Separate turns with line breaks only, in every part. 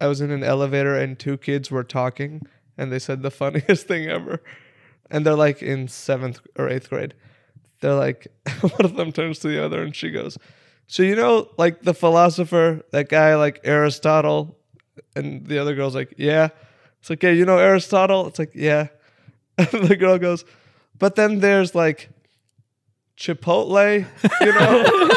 I was in an elevator and two kids were talking and they said the funniest thing ever. And they're like in seventh or eighth grade. They're like, one of them turns to the other and she goes, So, you know, like the philosopher, that guy like Aristotle. And the other girl's like, Yeah. It's like, Yeah, you know Aristotle? It's like, Yeah. And the girl goes, But then there's like Chipotle, you know?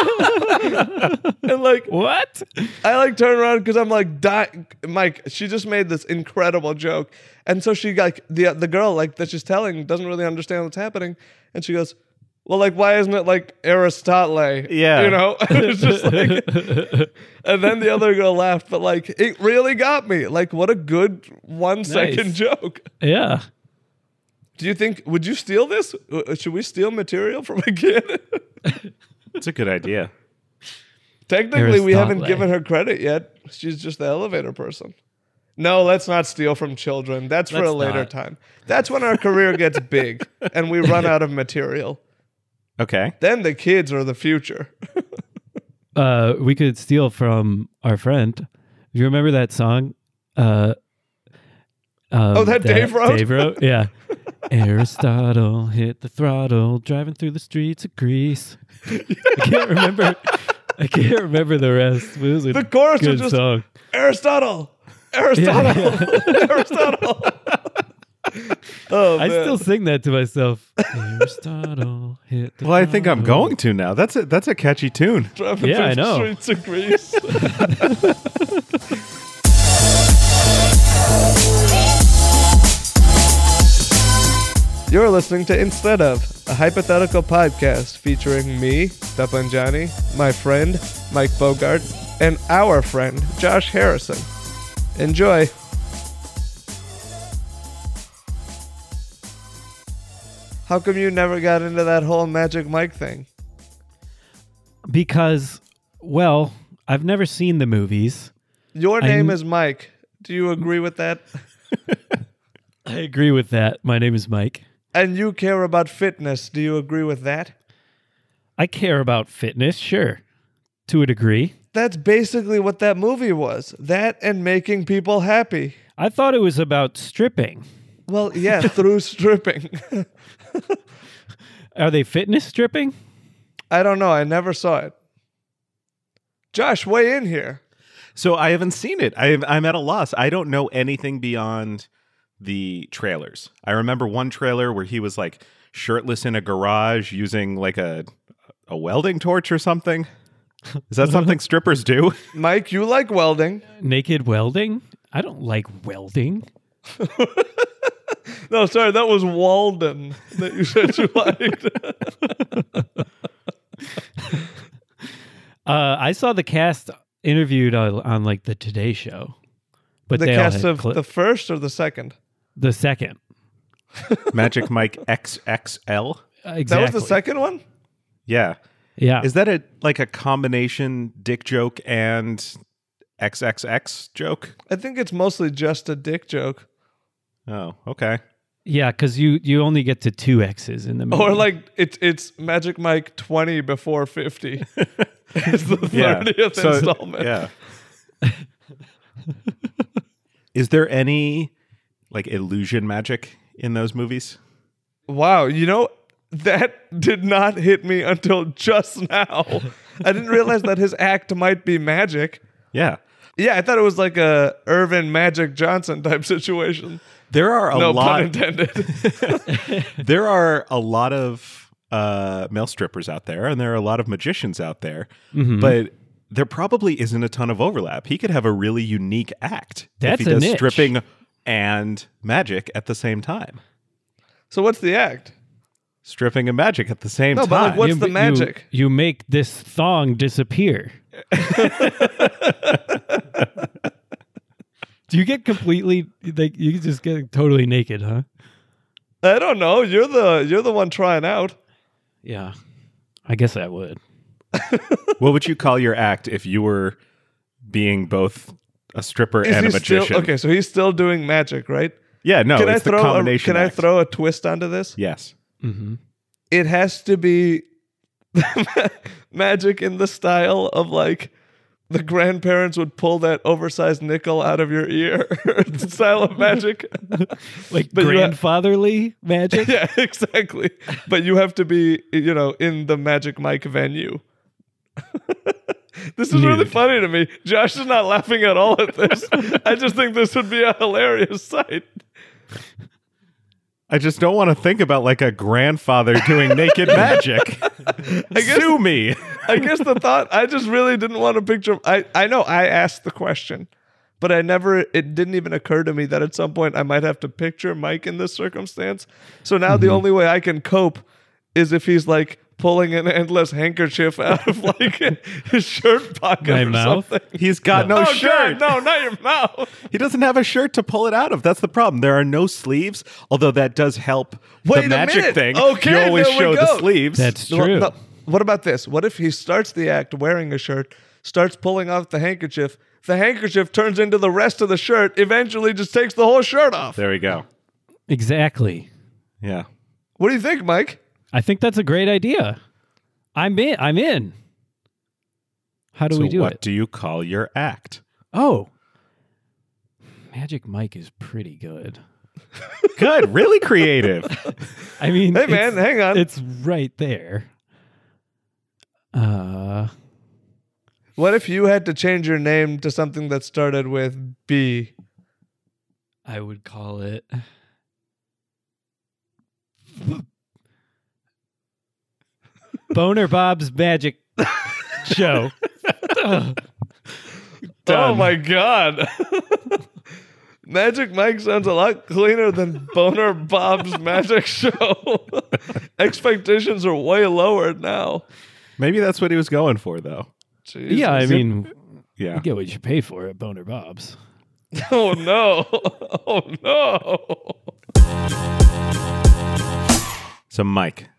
and like,
What?
I like turn around because I'm like, di- Mike, she just made this incredible joke, and so she like the the girl like that she's telling doesn't really understand what's happening, and she goes, "Well, like, why isn't it like Aristotle?
Yeah.
you know." And it's just like, and then the other girl laughed, but like, it really got me. Like, what a good one second
Nice.
joke.
Yeah.
Do you think? Would you steal this? Uh, Should we steal material from a kid?
It's a good idea.
Technically, we haven't
Aristotle.
given her credit yet. She's just the elevator person. No, let's not steal from children. That's for a
Let's
later
not.
time. That's when our career gets big and we run out of material.
Okay.
Then the kids are the future.
Uh, we could steal from our friend. Do you remember that song? Uh, um,
Oh, that Dave wrote?
Dave wrote. Yeah. Aristotle hit the throttle, driving through the streets of Greece. I can't remember. I can't remember the rest. It was a
The chorus
good
was just-
song.
Aristotle. Aristotle. Aristotle. oh,
I
man.
still sing that to myself. Aristotle hit. The
Well, I think I'm
throttle.
going to now. That's a that's a catchy tune.
Driving
Yeah,
through
I
the
know.
Streets of Greece. You're listening to Instead of, a hypothetical podcast featuring me, Tapanjani, my friend, Mike Bogart, and our friend, Josh Harrison. Enjoy. How come you never got into that whole Magic Mike thing?
because, well, I've never seen the movies.
Your
I
name
kn-
is Mike. Do you agree with that?
I agree with that. My name is Mike.
And you care about fitness. Do you agree with that?
I care about fitness, sure, to a degree.
That's basically what that movie was. That and making people happy.
I thought it was about stripping.
Well, yeah, through stripping.
Are they fitness stripping?
I don't know. I never saw it. Josh, weigh in here.
So I haven't seen it. I I'm at a loss. I don't know anything beyond the trailers. I remember one trailer where he was like shirtless in a garage using like a a welding torch or something. Is that something strippers do?
Mike, you like welding.
Naked welding? I don't like welding.
No, sorry, that was Walden that you said you liked.
Uh, I saw the cast interviewed on, on like the Today Show, but
the
they all
cast
had
of
cli-
the first or the second?
the second.
Magic Mike XXL.
Uh,
That
exactly.
was the second one?
Yeah.
Yeah.
Is that a like a combination dick joke and XXX joke?
I think it's mostly just a dick joke.
Oh, okay.
yeah, because you, you only get to two X's in the movie.
Or like it's it's Magic Mike twenty before fifty. it's the thirtieth
So-
installment.
Yeah. Is there any like illusion magic in those movies?
Wow, you know that did not hit me until just now. I didn't realize that his act might be magic.
Yeah.
Yeah, I thought it was like a Irvin Magic Johnson type situation.
There are a
no pun
lot
intended.
there are a lot of uh male strippers out there and there are a lot of magicians out there.
Mm-hmm.
But there probably isn't a ton of overlap. He could have a really unique act
That's
if
a
he does
niche.
stripping and magic at the same time.
so what's the act?
Stripping and magic at the same
No,
time.
but like, what's the
you-
magic?
You, make this thong disappear. Do you get completely like you just get totally naked, huh?
I don't know. You're the you're the one trying out.
Yeah. I guess I would.
what would you call your act if you were being both a stripper
Is
and a
he still-
magician?
okay, so he's still doing magic, right?
Yeah, no,
can I
it's the
throw a,
combination.
can I
act.
throw a twist onto this?
Yes.
hmm
Mm-hmm.
it has to be magic in the style of like the grandparents would pull that oversized nickel out of your ear. It's silent magic.
Like
But you ha-
grandfatherly magic.
yeah, exactly. But you have to be, you know, in the Magic Mike venue. this is really
Nude.
funny to me. Josh is not laughing at all at this. I just think this would be a hilarious sight.
I just don't want to think about like a grandfather doing naked magic.
guess-
Sue me.
I guess the thought I just really didn't want to picture I I know I asked the question, but I never it didn't even occur to me that at some point I might have to picture Mike in this circumstance. So now
Mm-hmm.
the only way I can cope is if he's like pulling an endless handkerchief out of like his shirt pocket
My
or
mouth?
something.
He's got no,
Oh, God,
shirt.
no, not your mouth.
He doesn't have a shirt to pull it out of. That's the problem. There are no sleeves, although that does help
Wait
the
a
magic
minute.
thing.
Okay,
you always
there we
show the
go.
sleeves.
That's
No,
true.
no. What about this? What if he starts the act wearing a shirt, starts pulling off the handkerchief, the handkerchief turns into the rest of the shirt, eventually just takes the whole shirt off.
there we go.
Exactly.
Yeah.
What do you think, Mike?
I think that's a great idea. I'm in. I'm in. How do
so
we do
what
it?
do you call your act?
oh, Magic Mike is pretty good.
Good, really creative.
I mean,
Hey
it's-
man, hang on.
it's right there. Uh,
What if you had to change your name to something that started with B?
I would call it. Boner Bob's Magic Show. Ugh.
Oh my god. Magic Mike sounds a lot cleaner than Boner Bob's Magic Show. Expectations are way lower now.
Maybe that's what he was going for, though.
yeah, I
Jesus.
mean,
Yeah.
you get what you pay for at Boner Bob's.
Oh no. Oh no.
So, Mike,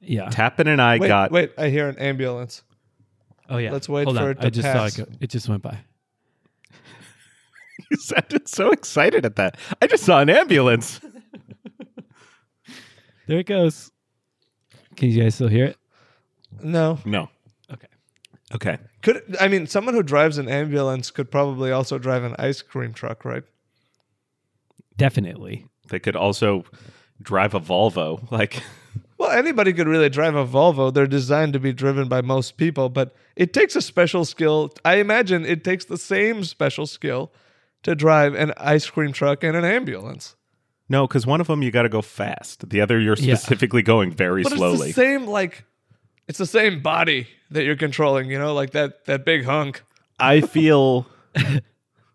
Yeah.
Tappan and I
Wait,
got.
wait, I hear an ambulance.
Oh yeah.
Let's wait
Hold
for
on.
it to
I just
pass.
saw it. Go. It just went by.
You sounded so excited at that. I just saw an ambulance.
There it goes. Can you guys still hear it?
No.
No.
Okay.
Okay.
Could I mean someone who drives an ambulance could probably also drive an ice cream truck, right?
Definitely.
They could also drive a Volvo. Like,
Well, anybody could really drive a Volvo. They're designed to be driven by most people, but it takes a special skill. I imagine it takes the same special skill to drive an ice cream truck and an ambulance.
no, because one of them you got to go fast. The other you're
Yeah.
specifically going very
But it's
slowly.
the same like it's the same body that you're controlling, you know, like that that big hunk.
I feel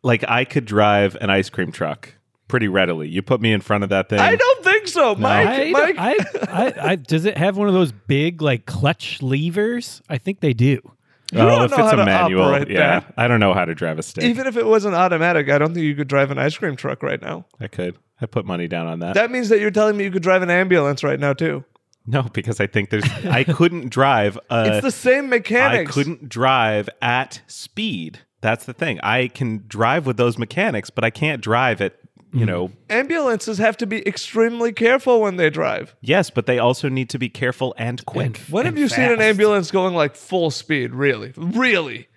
like I could drive an ice cream truck pretty readily. You put me in front of that thing.
I don't think so, Mike.
I,
Mike,
I, I, I, does it have one of those big like clutch levers? I think they do.
You
Oh,
don't
if
know
it's
how
a
to
manual,
operate
yeah.
that.
I don't know how to drive a stick.
even if it wasn't automatic, I don't think you could drive an ice cream truck right now.
I could. I put money down on that.
That means that you're telling me you could drive an ambulance right now too.
No, because I think there's. I couldn't drive. A,
It's the same
Uh, I
mechanics.
couldn't drive at speed. That's the thing. I can drive with those mechanics, but I can't drive at.
Mm.
You know,
Ambulances have to be extremely careful when they drive.
yes, but they also need to be careful and quick.
When have you seen an ambulance going like full speed? Really, really?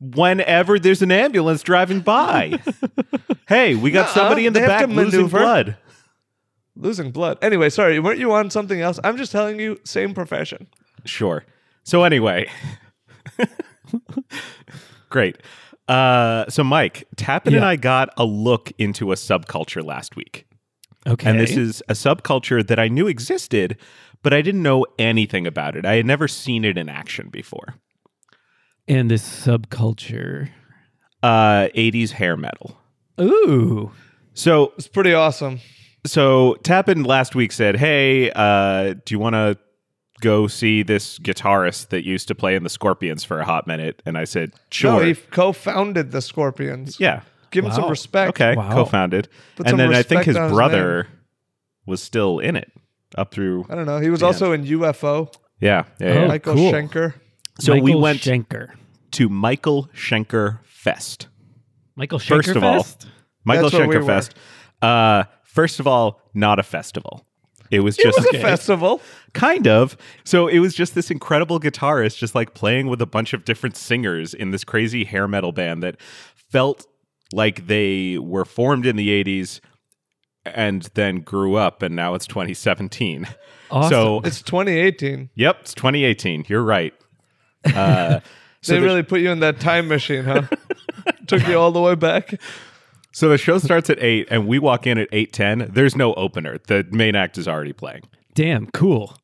Whenever there's an ambulance driving by, hey, we got
Nuh-uh,
somebody in the
they have
back
to
losing
maneuver.
blood.
Losing blood. Anyway, sorry. Weren't you on something else? I'm just telling you. Same profession.
Sure. So anyway, great. Uh, so Mike Tappan and
Yeah.
I got a look into a subculture last week,
Okay.
and this is a subculture that I knew existed, but I didn't know anything about it. I had never seen it in action before.
and this subculture.
Uh, 80s hair metal.
Ooh.
So
It's pretty awesome.
so Tappan last week said, "Hey, uh, do you want to go see this guitarist that used to play in the Scorpions for a hot minute?" And I said,
No,
"Sure."
he co-founded the Scorpions.
yeah.
Give him some
Wow.
respect.
Okay,
Wow.
co-founded,
Put some
and then I think
respect
his
on his
brother was still in it up through.
I don't know. He was also in UFO.
Yeah, yeah.
Oh.
yeah.
Michael
cool.
Schenker.
So we
Michael
went
Schenker.
to Michael Schenker Fest.
Michael Schenker
First of all,
Fest?
Michael
That's where we
Schenker
were.
Fest. Uh, first of all, not a festival. It was
It
just
was a festival.
kind of. So it was just this incredible guitarist just like playing with a bunch of different singers in this crazy hair metal band that felt like they were formed in the 80s and then grew up and now it's 2017.
Awesome.
So,
It's 2018.
yep, it's 2018. You're right. Uh so
they
the-
really put you in that time machine, huh? Took you all the way back.
So the show starts at eight, and we walk in at eight ten. There's no opener. The main act is already playing.
Damn, cool.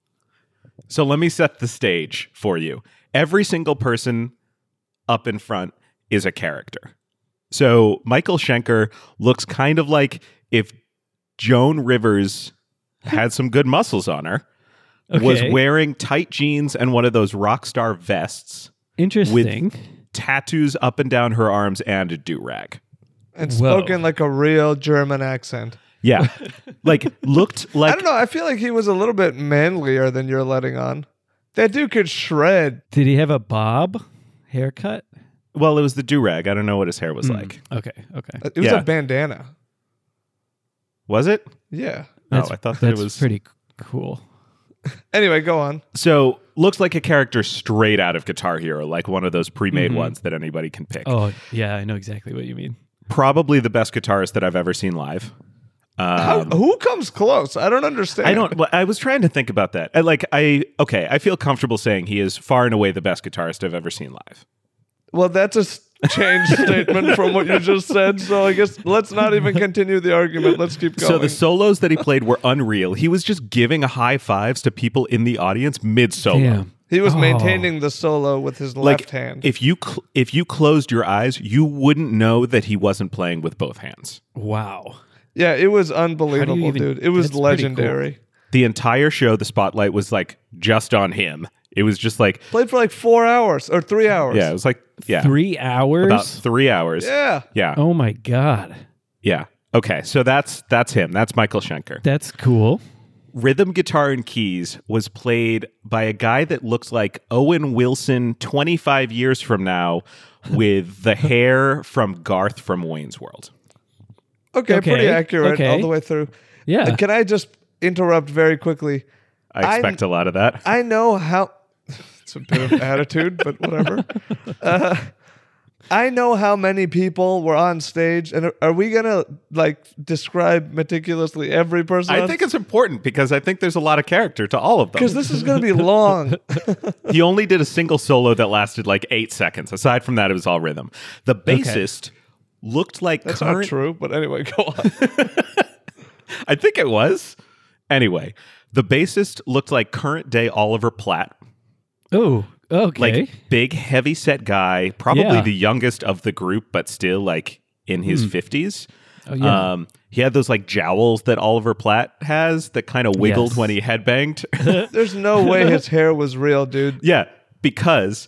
So let me set the stage for you. Every single person up in front is a character. So Michael Schenker looks kind of like if Joan Rivers had some good muscles on her, was
Okay.
wearing tight jeans and one of those rock star vests,
Interesting.
tattoos up and down her arms, and a do rag.
And
Whoa.
spoken like a real German accent.
Yeah, like looked like
I don't know. I feel like he was a little bit manlier than you're letting on. That dude could shred.
Did he have a bob haircut?
Well, it was the do rag. I don't know what his hair was like.
Okay, okay.
It was
Yeah.
a bandana.
Was it?
Yeah.
No, I thought that it
that's
was
pretty cool.
Anyway, go on.
So looks like a character straight out of Guitar Hero, like one of those pre-made ones that anybody can pick.
Oh yeah, I know exactly what you mean.
Probably the best guitarist that I've ever seen live.
How,
Um,
who comes close? I don't understand.
I don't. well, I was trying to think about that. I, like I okay, I feel comfortable saying he is far and away the best guitarist I've ever seen live.
Well, that's a s- changed statement from what you just said. So I guess let's not even continue the argument. Let's keep going.
So the solos that he played were unreal. He was just giving high fives to people in the audience mid solo.
Damn.
he was
Oh.
maintaining the solo with his
Like
left hand.
if you cl- if you closed your eyes, you wouldn't know that he wasn't playing with both hands.
Wow.
yeah, it was unbelievable,
even-
dude. It was
that's pretty
legendary.
the entire show the spotlight was like just on him it was just like
Played for like four hours or three hours.
yeah it was like yeah
Three hours.
about three hours
Yeah.
yeah
oh my god,
yeah okay so that's that's him that's michael schenker
that's cool.
rhythm guitar and keys was played by a guy that looks like owen wilson 25 years from now with the hair from garth from wayne's world
Okay,
Okay,
pretty accurate all
okay.
the way through.
Yeah.
Uh, Can I just interrupt very quickly?
i expect a lot of that
I know how. It's a bit of attitude, but whatever. Uh, I know how many people were on stage, and are, are we gonna like describe meticulously every person?
I think it's important because I think there's a lot of character to all of them.
because this is gonna be long.
he only did a single solo that lasted like eight seconds. Aside from that, it was all rhythm. The bassist looked like
That's not
current.
true, but anyway, go on.
I think it was. Anyway, the bassist looked like current day Oliver Platt,
Oh, okay.
like big, heavy set guy, probably
Yeah. Hmm.
the youngest of the group, but still like in his fifties.
oh, yeah.
Um, he had those like jowls that Oliver Platt has that kind of wiggled
Yes.
when he headbanged.
There's no way his hair was real, dude.
Yeah, because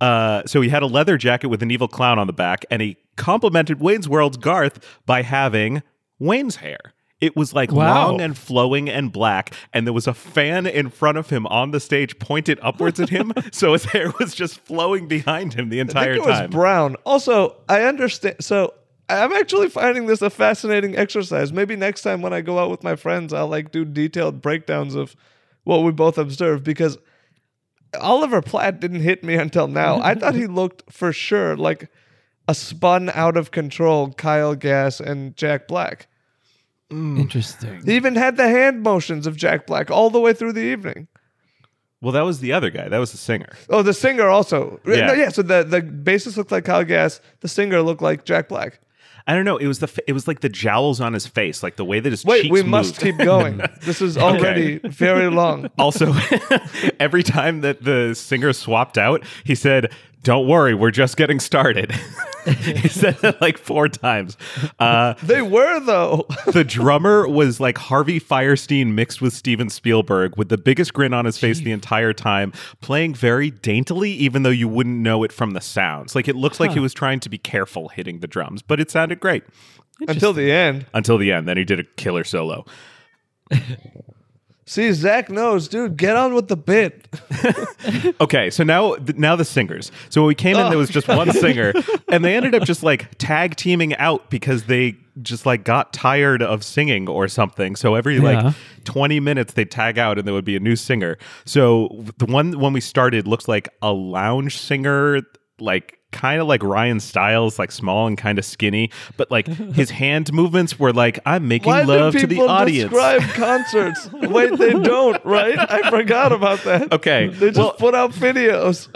uh, so he had a leather jacket with an evil clown on the back, and he complimented Wayne's World's Garth by having Wayne's hair. It was like
Wow.
long and flowing and black, and there was a fan in front of him on the stage pointed upwards at him, so his hair was just flowing behind him the
I
entire
think it was
time.
brown. Also, I understand. So I'm actually finding this a fascinating exercise. Maybe next time when I go out with my friends, I'll like do detailed breakdowns of what we both observed because Oliver Platt didn't hit me until now. I thought he looked for sure like a spun out of control Kyle Gass and Jack Black.
Interesting.
He
Hmm.
even had the hand motions of Jack Black all the way through the evening.
well, that was the other guy. That was the singer.
Oh, the singer also.
Yeah.
No, yeah. So the, the bassist looked like Kyle Gass. The singer looked like Jack Black.
I don't know. It was the fa- it was like the jowls on his face, like the way that his
Wait,
cheeks
we must
moved.
keep going. This is already very long.
Also, every time that the singer swapped out, he said, "Don't worry, we're just getting started." he said that like four times. Uh,
They were though.
the drummer was like Harvey Firestein mixed with Steven Spielberg, with the biggest grin on his face the entire time, playing very daintily, even though you wouldn't know it from the sounds. Like it looks like he was trying to be careful hitting the drums, but it sounded great
Until the end.
until the end. Then he did a killer solo.
See, Zach knows, dude. Get on with the bit.
Okay, so now th- now the singers. So when we came in, there
Oh,
was just one singer, and they ended up just like tag teaming out because they just like got tired of singing or something. So every
Yeah.
like twenty minutes, they tag out, and there would be a new singer. So the one when we started looked like a lounge singer, like kind of like Ryan Styles, like small and kind of skinny, but like his hand movements were like I'm making
Why
love
do
to the
people
audience.
describe concerts? Wait, they don't, right? I forgot about that.
Okay,
They just
well-
put out videos.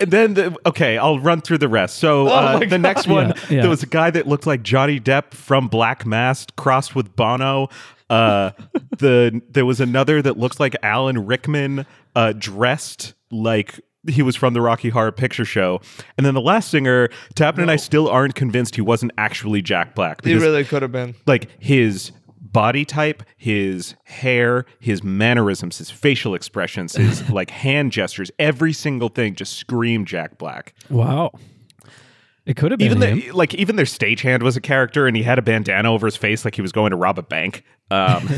And then, the, okay, I'll run through the rest. So uh,
Oh my
the
God.
next one,
Yeah, yeah.
there was a guy that looked like Johnny Depp from Black Mask, crossed with Bono. Uh, the there was another that looked like Alan Rickman, uh, dressed like he was from the Rocky Horror Picture Show. And then the last singer, Tappan, and I still aren't convinced he wasn't actually Jack Black
He
because
really could have been.
like his body type, his hair, his mannerisms, his facial expressions, his like hand gestures, every single thing just screamed Jack Black.
Wow. It could have been
Even
him.
the, like even their stagehand was a character and he had a bandana over his face like he was going to rob a bank. Um,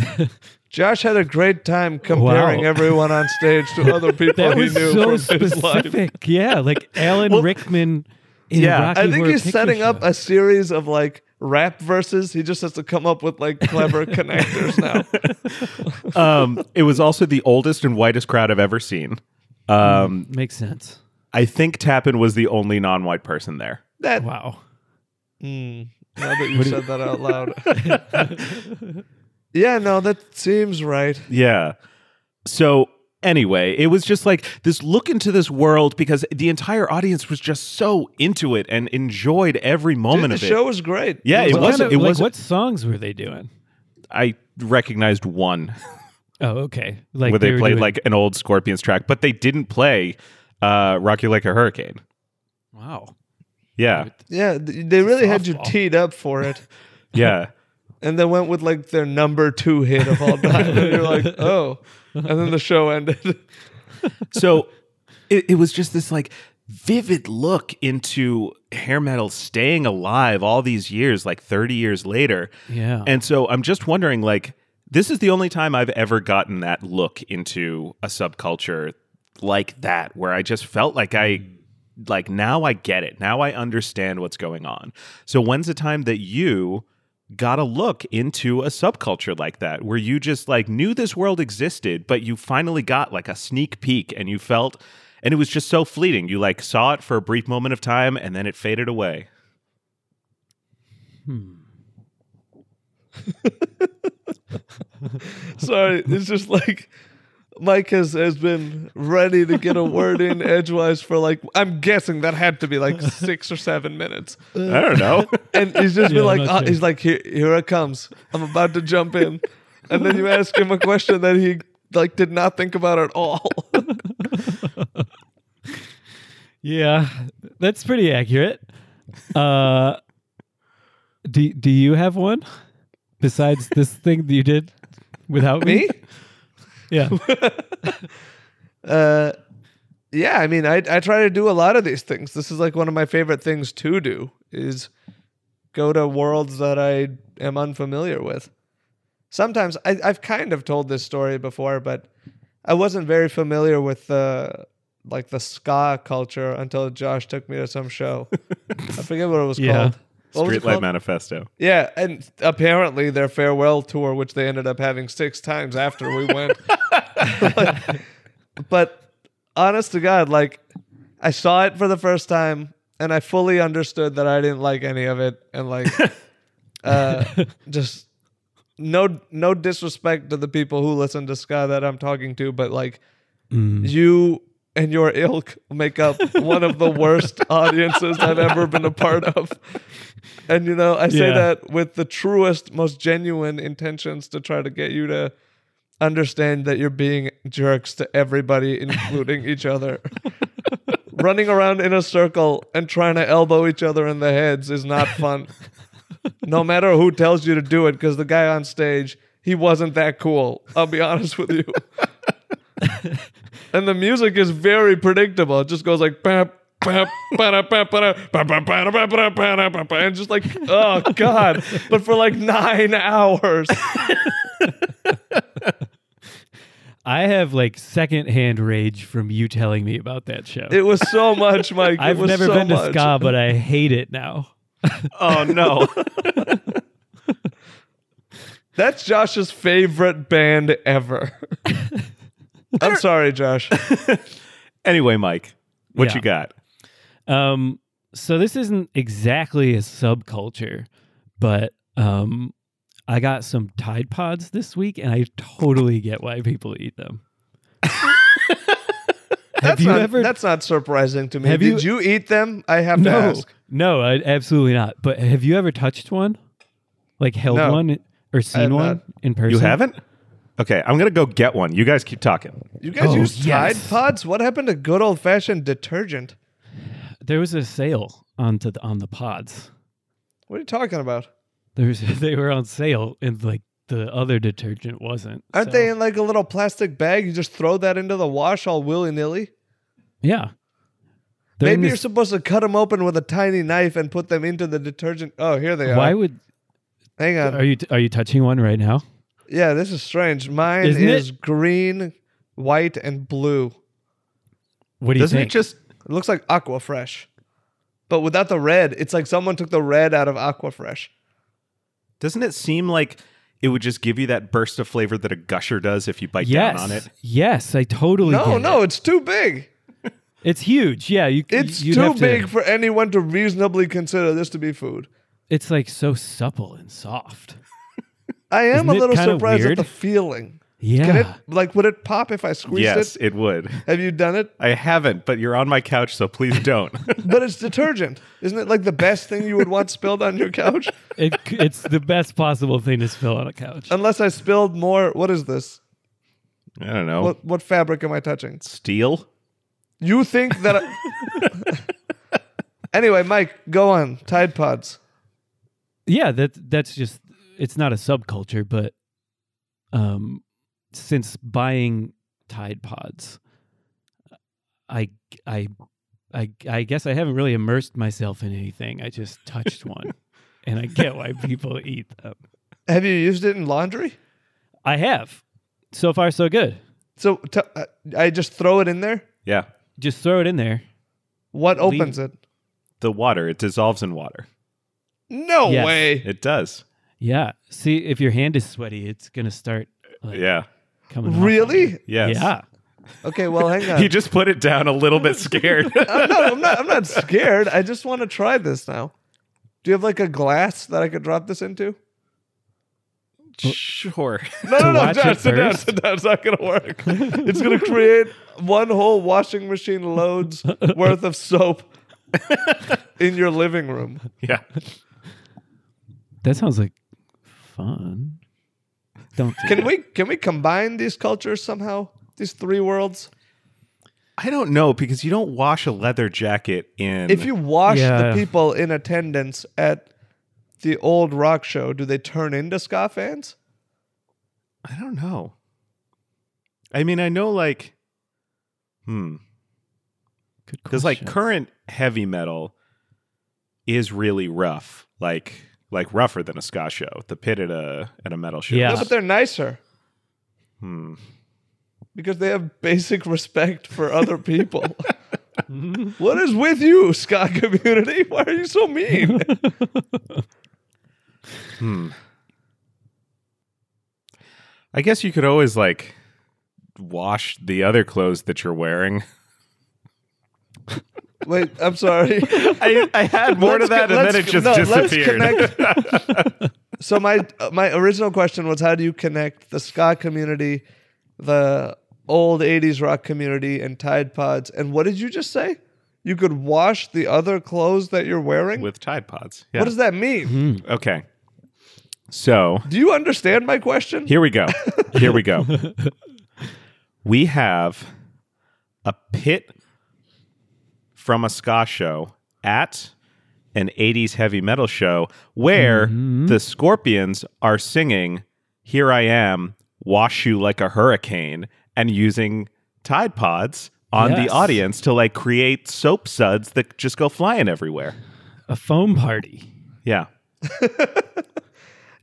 Josh had a great time comparing
Wow.
everyone on stage to other people
That
he
was
knew
so
from his life.
specific. Yeah, like Alan Rickman in
yeah,
Rocky
I think
Horror
he's
Picture
setting up
Show.
a series of like rap verses. He just has to come up with like clever connectors now.
um, it was also the oldest and whitest crowd I've ever seen. Um,
Makes sense.
I think Tappan was the only non-white person there.
That
Wow.
Mm, now that you said that out loud. yeah, no, that seems right.
Yeah. So anyway, it was just like this look into this world because the entire audience was just so into it and enjoyed every
Dude,
moment
the
of it.
show was great.
Yeah, it
What
wasn't-
kind of-
it
like,
wasn't-
What songs were they doing?
I recognized one
Oh, okay. Like
where they
were
played
doing-
like an old Scorpions track, but they didn't play uh, "Rocky Like a Hurricane."
wow.
Yeah,
Yeah, th- they really had you
Softball.
teed up for it.
yeah.
And then went with like their number two hit of all time. and you're like, oh. And then the show ended.
so it, it was just this like vivid look into hair metal staying alive all these years, like thirty years later.
Yeah.
And so I'm just wondering like this is the only time I've ever gotten that look into a subculture like that where I just felt like I like now I get it. Now I understand what's going on. So when's the time that you got a look into a subculture like that where you just like knew this world existed but you finally got like a sneak peek and you felt and it was just so fleeting. You like saw it for a brief moment of time and then it faded away.
Sorry, it's just like Mike has, has been ready to get a word in edgewise for like, I'm guessing that had to be like six or seven minutes.
I don't know.
and he's just
Yeah,
been like,
not
"Ah,"
sure.
he's like, here, here it comes. I'm about to jump in, and then you ask him a question that he like did not think about at all.
Yeah, that's pretty accurate. Uh, do do you have one besides this thing that you did without
Me?
me? Yeah.
Uh, yeah, I mean, I I try to do a lot of these things. This is like one of my favorite things to do is go to worlds that I am unfamiliar with. Sometimes I, I've kind of told this story before, but I wasn't very familiar with the like the ska culture until Josh took me to some show. I forget what it was
Yeah.
called. What was it
Streetlight
called?
Manifesto.
Yeah, and apparently their farewell tour, which they ended up having six times after we went. but honest to God, like I saw it for the first time and I fully understood that I didn't like any of it and like uh just no no disrespect to the people who listen to ska that I'm talking to, but like you and your ilk make up one of the worst audiences I've ever been a part of. And you know, I say
Yeah.
that with the truest, most genuine intentions to try to get you to understand that you're being jerks to everybody, including each other. Running around in a circle and trying to elbow each other in the heads is not fun. no matter who tells you to do it, because the guy on stage, he wasn't that cool. I'll be honest with you. and the music is very predictable. It just goes like bap. bap, ba-da, bap, ba-da, ba, ba, ba-da, ba, ba-da, ba-da, ba, ba, And just like, oh God! But for like nine hours,
I have like secondhand rage from you telling me about that show.
It was so much, Mike.
I've
it was
never
so
been to
much.
ska, but I hate it now.
Oh no.
That's Josh's favorite band ever. I'm sorry, Josh.
anyway, Mike, what
Yeah.
you got?
Um, so this isn't exactly a subculture, but um, I got some Tide Pods this week, and I totally get why people eat them. have
That's
you
not,
ever?
That's not surprising to me.
Have
Did you, eat them? I have to
no,
ask.
no, I, absolutely not. But have you ever touched one, like held
No.
one or seen
have
one
not.
in person?
You haven't? Okay, I'm gonna go get one. You guys keep talking.
You guys
Oh,
use
yes.
Tide Pods? What happened to good old fashioned detergent?
There was a sale onto the, on the pods.
What are you talking about?
There was, they were on sale, and like the other detergent wasn't.
Aren't
So-
they in like a little plastic bag? You just throw that into the wash all willy nilly?
Yeah. They're in
Maybe you're
this-
supposed to cut them open with a tiny knife and put them into the detergent. Oh, here they are.
Why would
Hang on.
Are you are you touching one right now?
Yeah, this is strange. Mine
Isn't
is green, white, and blue.
What do you
Doesn't
think?
it just
It looks like Aqua Fresh, but without the red. It's like someone took the red out of Aqua Fresh.
doesn't it seem like it would just give you that burst of flavor that a gusher does if you bite
yes,
down on it?
yes, I totally.
No,
get it.
no, it's too big.
it's huge. Yeah, you.
It's
you'd
too
have to-
big for anyone to reasonably consider this to be food.
it's like so supple and soft.
I am
Isn't
a
it
little
kinda
surprised
weird?
at the feeling.
Yeah,
Can it like would it pop if I squeezed
Yes,
it?
it would.
Have you done it?
I haven't, but you're on my couch, so please don't.
But it's detergent. Isn't it like the best thing you would want spilled on your couch?
It c- it's the best possible thing to spill on a couch.
Unless I spilled more. What is this?
I don't
Oh.
know.
What what fabric am I touching?
Steel?
You think that? I- anyway, Mike, go on. Tide Pods.
yeah, that that's just it's not a subculture, but um, since buying Tide Pods, I I I I guess I haven't really immersed myself in anything. I just touched one, and I get why people eat them.
Have you used it in laundry?
I have. So far, so good.
So t- uh, I just throw it in there.
Yeah.
Just throw it in there.
What
Leave-
opens it?
The water. It dissolves in water.
No
Yes.
way.
It does.
Yeah. See, if your hand is sweaty, it's gonna start. Like,
Yeah.
Coming. off on you.
Really?
Yes.
Yeah.
Okay. Well, hang
He
on.
just put it down a little bit scared.
I'm not, I'm not. I'm not scared. I just want to try this now. Do you have like a glass that I could drop this into?
sure.
No, no, no,
watch
John,
it
sit down,
first?
sit down. It's not gonna work. it's gonna create one whole washing machine loads worth of soap in your living room.
Yeah.
That sounds like fun. Don't. do
Can
that.
we can we combine these cultures somehow? These three worlds.
I don't know because you don't wash a leather jacket in.
If you wash
Yeah.
the people in attendance at the old rock show, do they turn into ska fans?
I don't know. I mean, I know like, hmm,
Good
because like
question.
current heavy metal is really rough, like like rougher than a ska show. The pit at a at a metal show.
Yeah.
No,
is-
but they're nicer
Hmm.
because they have basic respect for other people. what is with you, ska community? Why are you so mean?
Hmm. I guess you could always like wash the other clothes that you're wearing.
Wait, I'm sorry.
I, I had more to
Let's
that,
co-
and
let's
then it
co-
just
no, let's
disappeared.
connect- so my uh, my original question was how do you connect the ska community, the old '80s rock community, and Tide Pods? And what did you just say? You could wash the other clothes that you're wearing.
With Hmm. Tide Pods. Yeah.
What does that mean?
okay. So
Do you understand my question?
Here we go. Here we go. we have a pit from a ska show at an 80s heavy metal show where
Mm-hmm.
the Scorpions are singing Here I Am, Wash You Like a Hurricane, and using Tide Pods on
Yes.
the audience to like create soap suds that just go flying everywhere.
a foam party.
Yeah.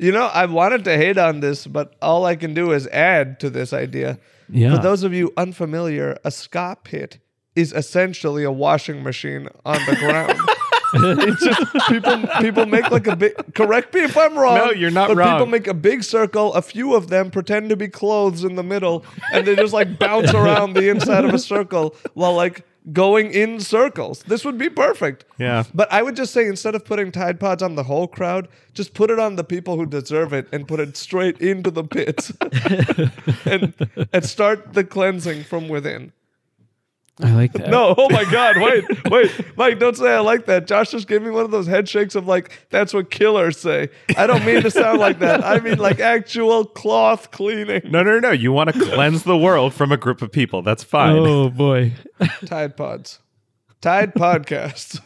You know, I wanted to hate on this, but all I can do is add to this idea.
Yeah.
For those of you unfamiliar, a ska pit is essentially a washing machine on the ground. it's just people people make like a big correct me if I'm wrong.
No, you're not
but People
wrong.
make a big circle, a few of them pretend to be clothes in the middle, and they just like bounce around the inside of a circle while like going in circles. This would be perfect.
Yeah.
But I would just say instead of putting Tide Pods on the whole crowd, just put it on the people who deserve it and put it straight into the pits. and and start the cleansing from within.
I like that.
No, oh my God, wait, wait, Mike, don't say I like that. Josh just gave me one of those head shakes of like, that's what killers say. I don't mean to sound like that. I mean like actual cloth cleaning.
No, no, no, no. You want to cleanse the world from a group of people. That's fine.
Oh boy.
Tide Pods. Tide Podcasts.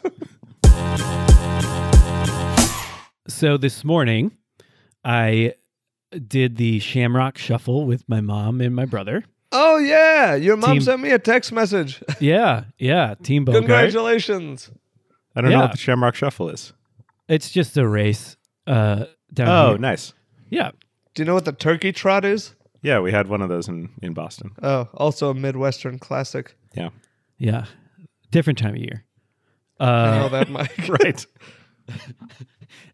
So this morning, I did the Shamrock Shuffle with my mom and my brother.
oh, yeah. Your mom
Team-
sent me a text message.
Yeah, yeah, Team Bogart.
Congratulations.
I don't know
Yeah.
what the Shamrock Shuffle is.
It's just a race. Uh, down
Oh,
Uh-huh.
here.
nice.
yeah,
Do you know what the turkey trot is?
Yeah, we had one of those in, in Boston.
Oh, also a Midwestern classic.
Yeah.
yeah, different time of year. Uh,
I know that, Mike.
Right.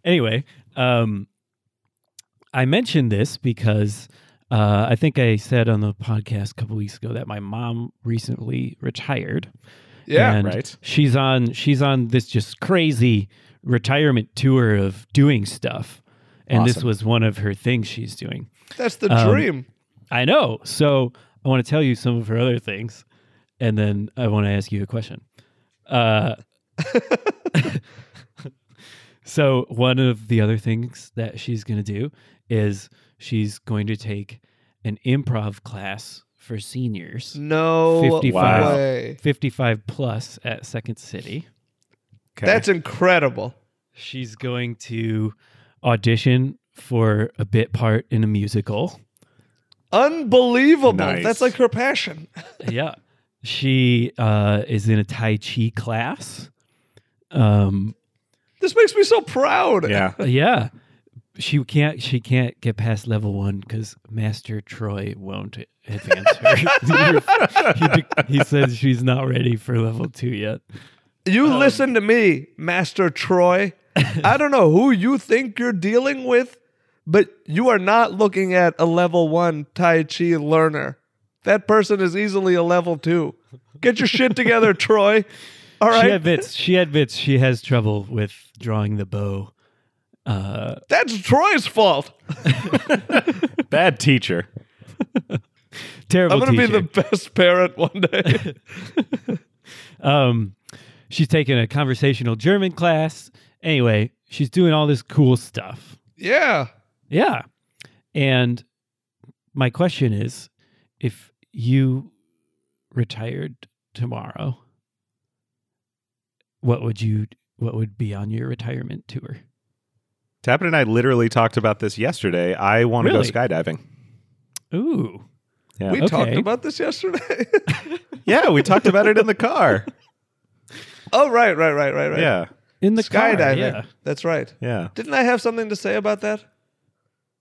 anyway, um, I mentioned this because uh, I think I said on the podcast a couple weeks ago that my mom recently retired.
Yeah.
and
right.
She's on she's on this just crazy retirement tour of doing stuff, and this
Awesome.
was one of her things she's doing.
That's the
Um,
dream.
I know. So I want to tell you some of her other things, and then I want to ask you a question. Uh, so one of the other things that she's going to do is she's going to take an improv class for
Mm.
seniors,
No
55.
way.
fifty-five plus, at Second City.
Okay.
That's incredible.
She's going to audition for a bit part in a musical.
Unbelievable.
Nice.
That's like her passion.
yeah she uh is in a tai chi class um
This makes me so proud.
yeah.
yeah she can't she can't get past level one because master troy won't advance her he, de- he says she's not ready for level two yet
You
Um,
listen to me, Master Troy. I don't know who you think you're dealing with, but you are not looking at a level one Tai Chi learner. That person is easily a level two. Get your shit together, Troy. All
she
right.
admits she admits she has trouble with drawing the bow uh
That's Troy's fault.
Bad teacher.
terrible
I'm going to be
teacher.
the best parent one day.
Um, she's taking a conversational German class. Anyway, she's doing all this cool stuff.
yeah.
Yeah. And my question is if you retired tomorrow, what would you what would be on your retirement tour?
Tappet and I literally talked about this yesterday. I want to
Really?
go skydiving.
Ooh.
Yeah.
We
We,
talked
Okay.
about this yesterday.
yeah, we talked about it in the car.
oh, right, right, right, right, right.
Yeah.
In the car,
Skydiving.
yeah.
That's right.
Yeah.
Didn't I have something to say about that?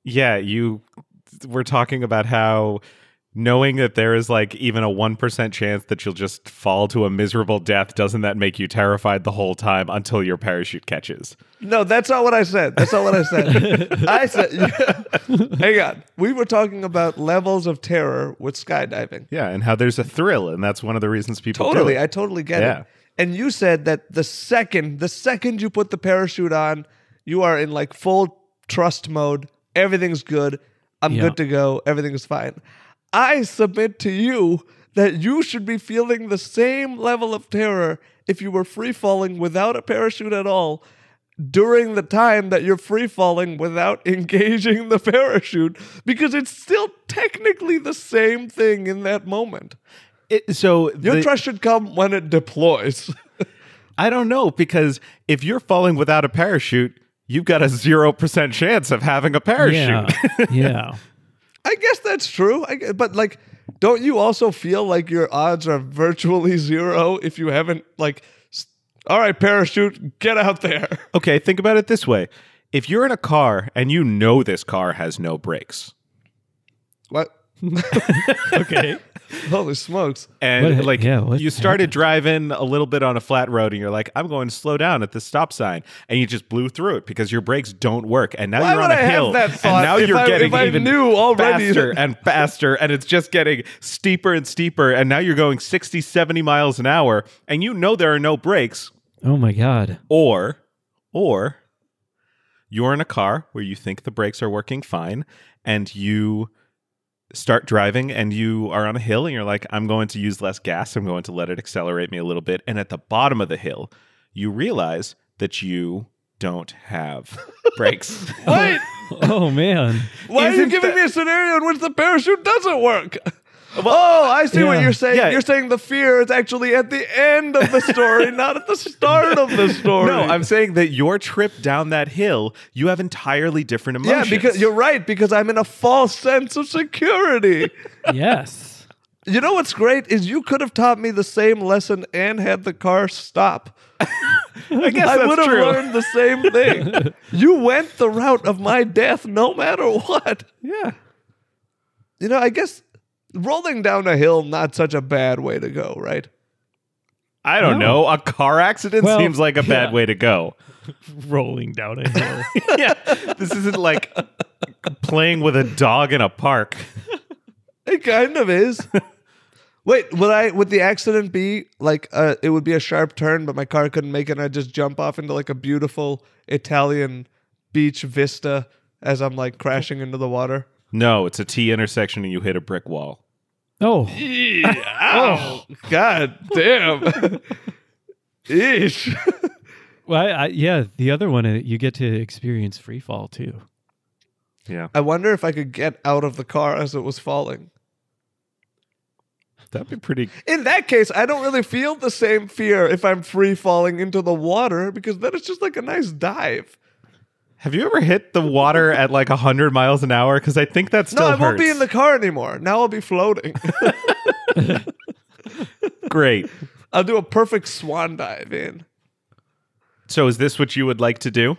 Yeah, you were talking about how knowing that there is like even a 1% chance that you'll just fall to a miserable death doesn't that make you terrified the whole time until your parachute catches.
No, that's not what I said. That's not what I said. I said, hang on. We were talking about levels of terror with skydiving.
Yeah, and how there's a thrill and that's one of the reasons people do
Totally.
it.
I totally get
Yeah.
it. And you said that the second, the second you put the parachute on, you are in like full trust mode. Everything's good. I'm
Yeah.
good to go. Everything's fine. I submit to you that you should be feeling the same level of terror if you were free falling without a parachute at all during the time that you're free falling without engaging the parachute because it's still technically the same thing in that moment.
It- so
Your
the-
trust should come when it deploys.
I don't know because if you're falling without a parachute, you've got a 0% chance of having a parachute.
Yeah. yeah.
I guess that's true. I gue- but like, don't you also feel like your odds are virtually zero if you haven't like, s- all right, parachute, get out there.
Okay, think about it this way. If you're in a car and you know this car has no brakes,
What?
okay.
Holy smokes.
And
What-
like
yeah, what
you started driving a little bit on a flat road and you're like, I'm going to slow down at this stop sign. And you just blew through it because your brakes don't work. And now
Why
you're on
would
a
I have
hill.
that
and
thought
now
if
you're
I-
getting
if I
even
knew already
faster
that-
and faster. And it's just getting steeper and steeper. And now you're going 60, 70 miles an hour. And you know there are no brakes.
Oh my god.
Or, or you're in a car where you think the brakes are working fine and you start driving and you are on a hill and you're like, I'm going to use less gas. I'm going to let it accelerate me a little bit. And at the bottom of the hill, you realize that you don't have brakes.
Wait,
Oh man.
why are you
Isn't
giving
that-
me a scenario in which the parachute doesn't work? oh, I see what
Yeah.
you're saying.
Yeah.
You're saying the fear is actually at the end of the story, not at the start of the story.
No, I'm saying that your trip down that hill, you have entirely different
Yeah,
emotions.
because you're right, because I'm in a false sense of security.
Yes.
you know what's great is you could have taught me the same lesson and had the car stop.
I guess
I
that's
would have
true.
learned the same thing. you went the route of my death no matter what.
Yeah.
You know, I guess rolling down a hill not such a bad way to go, right?
I don't
No.
know. A car accident
Well,
seems like a bad
yeah.
way to go.
Rolling down a hill.
yeah, this isn't like playing with a dog in a park.
It kind of is. Wait, would I would the accident be like uh it would be a sharp turn, but my car couldn't make it and I just jump off into like a beautiful Italian beach vista as I'm like crashing into the water?
No, it's a T intersection and you hit a brick wall.
oh.
oh god damn. Ish.
Well, I, I, yeah, the other one uh, you get to experience free fall too.
Yeah,
I wonder if I could get out of the car as it was falling.
that'd be pretty.
In that case, I don't really feel the same fear if I'm free falling into the water because then it's just like a nice dive.
Have you ever hit the water at like hundred miles an hour? Because I think that still
no, I
hurts.
won't be in the car anymore. Now I'll be floating.
great.
I'll do a perfect swan dive in.
So, is this what you would like to do?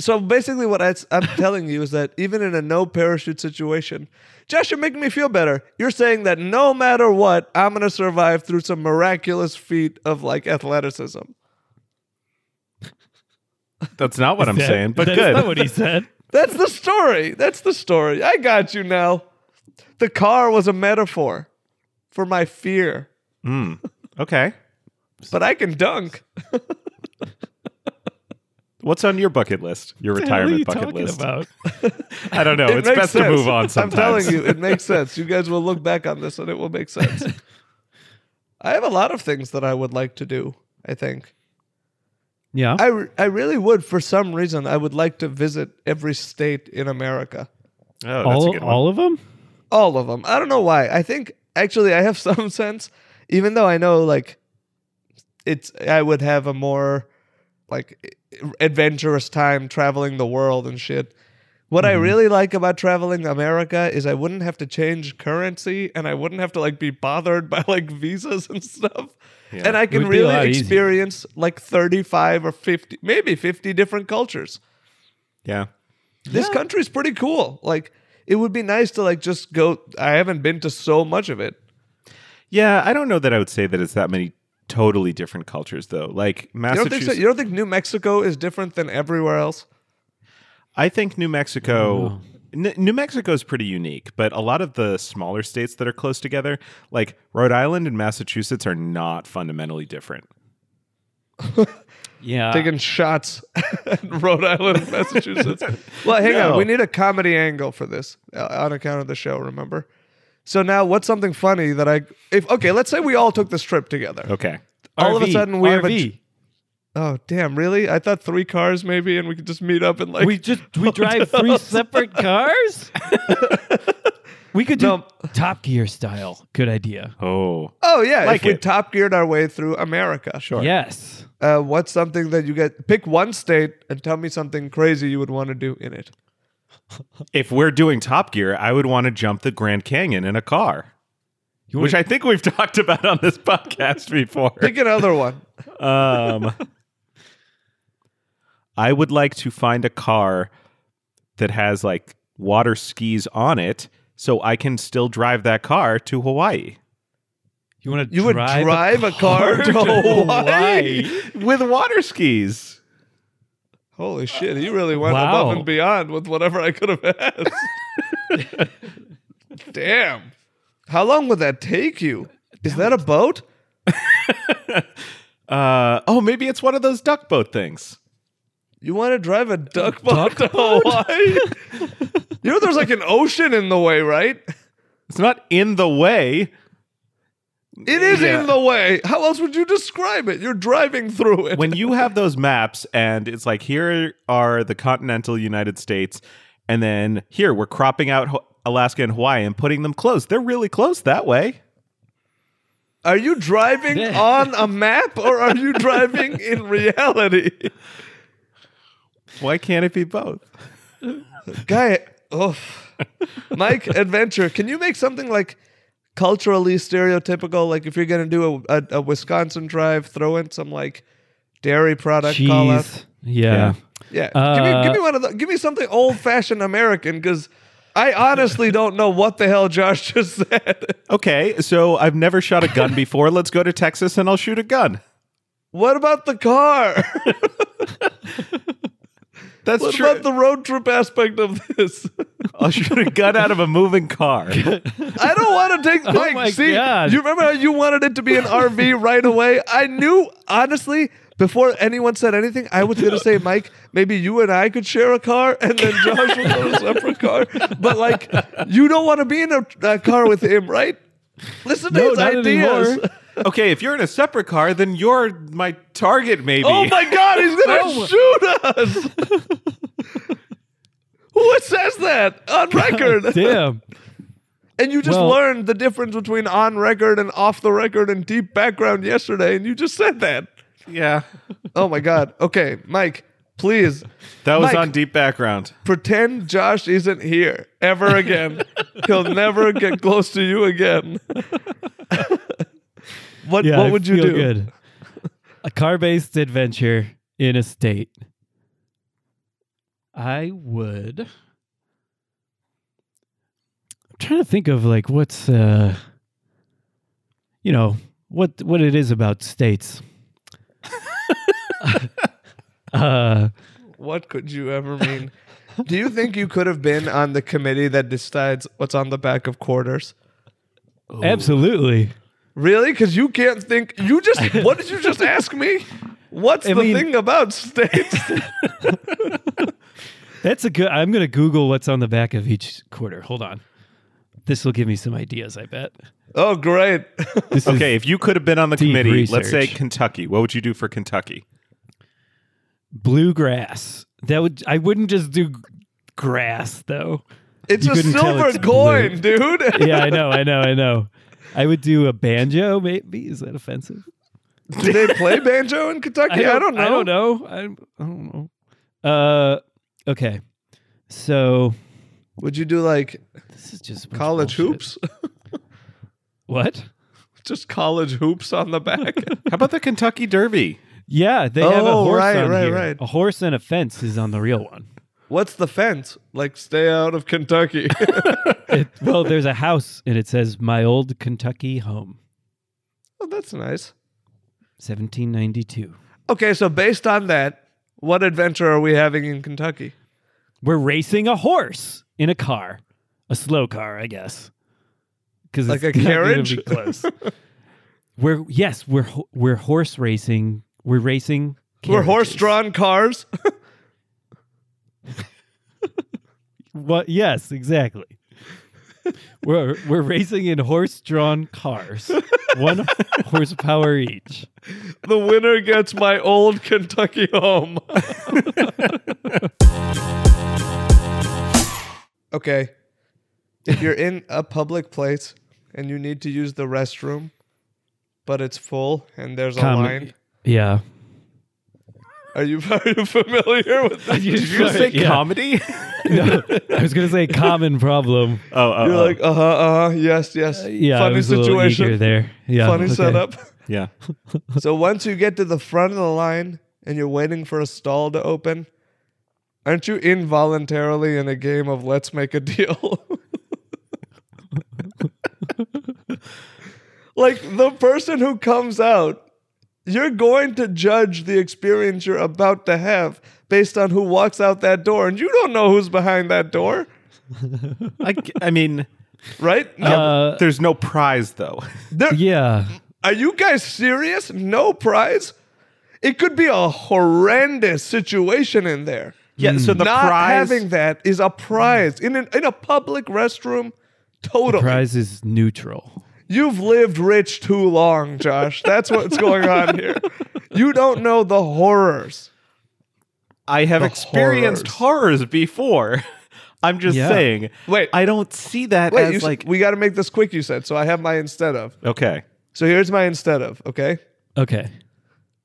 So basically, what I, am telling you is that even in a no parachute situation, Josh, you're making me feel better. You're saying that no matter what, I'm going to survive through some miraculous feat of like athleticism.
That's not what I'm saying, but good.
That's not what he said.
That's the story. That's the story. I got you now. The car was a metaphor for my fear,
Mm, Okay,
but I can dunk.
what's on your bucket list? Your retirement bucket list?
about?
I don't know.
It
Oh, it's
makes
best to
sense.
move on. Sometimes
I'm telling you, it makes sense. You guys will look back on this and it will make sense. I have a lot of things that I would like to do, I think.
Yeah.
I, re- I really would, for some reason, I would like to visit every state in America.
Oh, that's a
all
good one.
all of them?
All of them. I don't know why. I think, actually, I have some sense, even though I know, like, it's, I would have a more, like, adventurous time traveling the world and shit. What
Mm-hmm.
I really like about traveling America is I wouldn't have to change currency and I wouldn't have to like be bothered by like visas and stuff.
Yeah.
And I
It
can
would be a lot
really
easier.
experience like 35 or 50, maybe 50 different cultures.
Yeah.
This country's pretty cool. Like it would be nice to like just go I haven't been to so much of it.
Yeah, I don't know that I would say that it's that many totally different cultures though.
You don't
Like
think
Massachusetts,
so? You don't think New Mexico is different than everywhere else?
I think New Mexico N- New Mexico is pretty unique, but a lot of the smaller states that are close together, like Rhode Island and Massachusetts are not fundamentally different. Uh,
Yeah.
taking shots at Rhode Island, and Massachusetts. well, hang
No.
on. We need a comedy angle for this uh, on account of the show, remember? So now what's something funny that I if okay, let's say we all took this trip together.
Okay.
All of a
RV,
sudden we have a
RV.
Oh, damn, really? I thought 3 cars maybe and we could just meet up and like
we just
Oh,
we drive three separate cars. we could do
No.
Top Gear style. Good idea.
Oh.
Oh yeah,
Like
if we
it.
top geared our way through America.
Sure.
Yes.
Uh, what's something that you get pick one state and tell me something crazy you would want to do in it.
If we're doing Top Gear, I would want to jump the Grand Canyon in a car.
You
Which I think we've talked about on this podcast before.
Pick another one.
Um, I would like to find a car that has like water skis on it so I can still drive that car to Hawaii.
You want to?
You would
drive,
drive a car to Hawaii?
with water skis.
Holy shit, he really went
Wow.
above and beyond with whatever I could have asked. Damn. How long would that take you? Is that a boat?
Uh, oh, maybe it's one of those duck boat things.
You want to drive a duck boat to
duck
Hawaii? you know there's like an ocean in the way, right?
It's not in the way.
It is
Yeah.
in the way. How else would you describe it? You're driving through it.
When you have those maps and it's like, here are the continental United States, and then here we're cropping out Ho- Alaska and Hawaii and putting them close. They're really close that way.
are you driving
Yeah.
on a map or are you driving in reality?
Why can't it be both?
Guy, oh, Mike, adventure. Can you make something like culturally stereotypical? Like if you're gonna do a, a, a Wisconsin drive, throw in some like dairy product call out.
Cheese. Yeah.
Yeah, give, me, give me
Uh,
one of the, give me something old fashioned American because I honestly don't know what the hell Josh just said.
Okay, so I've never shot a gun before. Let's go to Texas and I'll shoot a gun.
What about the car?
That's
what
true.
about the road trip aspect of this?
I'll shoot a gun out of a moving car.
I don't want to take Mike.
Oh my
See,
God.
you remember how you wanted it to be an RV right away? I knew, honestly, before anyone said anything, I was going to say, Mike, maybe you and I could share a car, and then Josh will own a separate car. But like, you don't want to be in a, a car with him, right? Listen to
No,
his
not
ideas.
anymore.
Okay, if you're in a separate car, then you're my target, maybe.
Oh my God, he's gonna shoot us! Who says that on record?
Damn.
And you just
Well-
learned the difference between on record and off the record and deep background yesterday, and you just said that.
Yeah.
Oh my God. Okay, Mike, please
That was
Mike.
on deep background.
pretend Josh isn't here ever again. He'll never get close to you again. what
Yeah. I
what would you
feel
do?
Good. A car-based adventure in a state. I would. I'm trying to think of like what's, uh, you know, what what it is about states. uh,
What could you ever mean? do you think you could have been on the committee that decides what's on the back of quarters?
absolutely.
Really? Because you can't think. You just. what did you just ask me? What's
I
the
mean-
thing about states?
That's a good. I'm gonna Google what's on the back of each quarter. Hold on, this will give me some ideas. I bet.
oh, great.
This is-
Okay, if you could have been on the
Deep
committee, let's say
research.
Kentucky, what would you do for Kentucky?
bluegrass. That would I wouldn't just do grass though.
It's
You
a
couldn't tell
silver
it's
coin, dude.
Yeah, I know, I know, I know. I would do a banjo. Maybe is that offensive?
Do they play banjo in Kentucky? I don't, know.
I don't know. I, I don't know. Uh, okay. So
Would you do like
this is just a bunch of
college
bullshit.
hoops?
What?
Just college hoops on the back.
How about the Kentucky Derby?
Yeah, they have a
Oh,
horse
right,
on
right,
here.
right.
A horse and a fence is on the real one.
What's the fence? Like, stay out of Kentucky.
It, well, there's a house and it says "My Old Kentucky Home."
oh, that's nice.
1792.
Okay, so based on that, what adventure are we having in Kentucky?
We're racing a horse in a car, a slow car, I guess. Because
Like a carriage?
close. we're yes, we're ho- we're horse racing. We're racing.
We're
carriages.
horse-drawn cars.
What? Yes, exactly. we're we're racing in horse-drawn cars, one horsepower each.
the winner gets my old Kentucky home. okay. If you're in a public place and you need to use the restroom, but it's full and there's a
Common-
line,
Yeah.
are you are you familiar with this?
You
Did you just say
Yeah.
comedy?
No, I was gonna say common problem.
oh, oh,
You're
oh.
like, uh huh, uh huh, yes, yes.
Yeah, I
Funny
was a little eager
situation.
there. Yeah,
Funny
okay.
setup.
yeah.
So once you get to the front of the line and you're waiting for a stall to open, aren't you involuntarily in a game of let's make a deal? like the person who comes out, you're going to judge the experience you're about to have based on who walks out that door, and you don't know who's behind that door,
I, g- I mean,
right? No.
Uh,
there's no prize though.
There-
yeah.
Are you guys serious? No prize? It could be a horrendous situation in there.
Yeah, so the
Not
prize
having that is a prize in an, in a public restroom. Totally.
Prize is neutral.
You've lived rich too long, Josh. That's what's going on here. You don't know the horrors.
I have
The
experienced horrors before. I'm just
Yeah.
saying.
Wait.
I don't see that
Wait,
as
you s-
like
we got to make this quick. You said so. I have my instead of.
okay.
So here's my instead of. Okay.
Okay.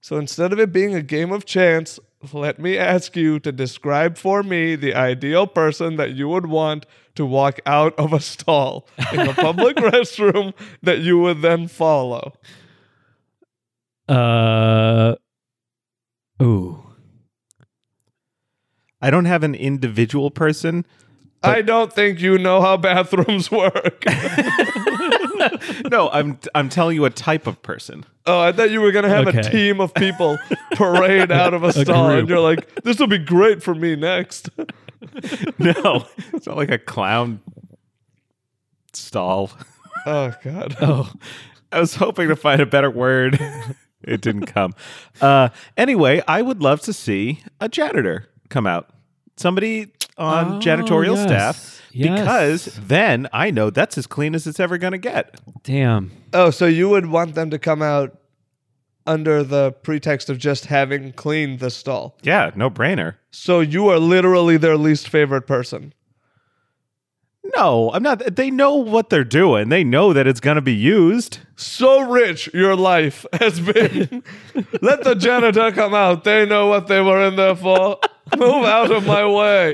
So instead of it being a game of chance, let me ask you to describe for me the ideal person that you would want to walk out of a stall in a public restroom that you would then follow.
Uh. Ooh.
I don't have an individual person.
I don't think you know how bathrooms work.
No, I'm I'm telling you a type of person.
Oh, I thought you were gonna have a
Okay.
team of people parade out of a stall, and
group.
you're like, "This will be great for me next."
No, it's not like a clown stall.
oh God,
Oh.
I was hoping to find a better word. it didn't come. Uh, anyway, I would love to see a janitor come out. Somebody on
Oh,
janitorial
yes.
staff
Yes.
because then I know that's as clean as it's ever going to get.
Damn.
Oh, so you would want them to come out under the pretext of just having cleaned the stall?
Yeah, no brainer.
So you are literally their least favorite person.
No, I'm not. They know what they're doing. They know that it's going to be used.
So rich your life has been. Let the janitor come out. They know what they were in there for. Move out of my way.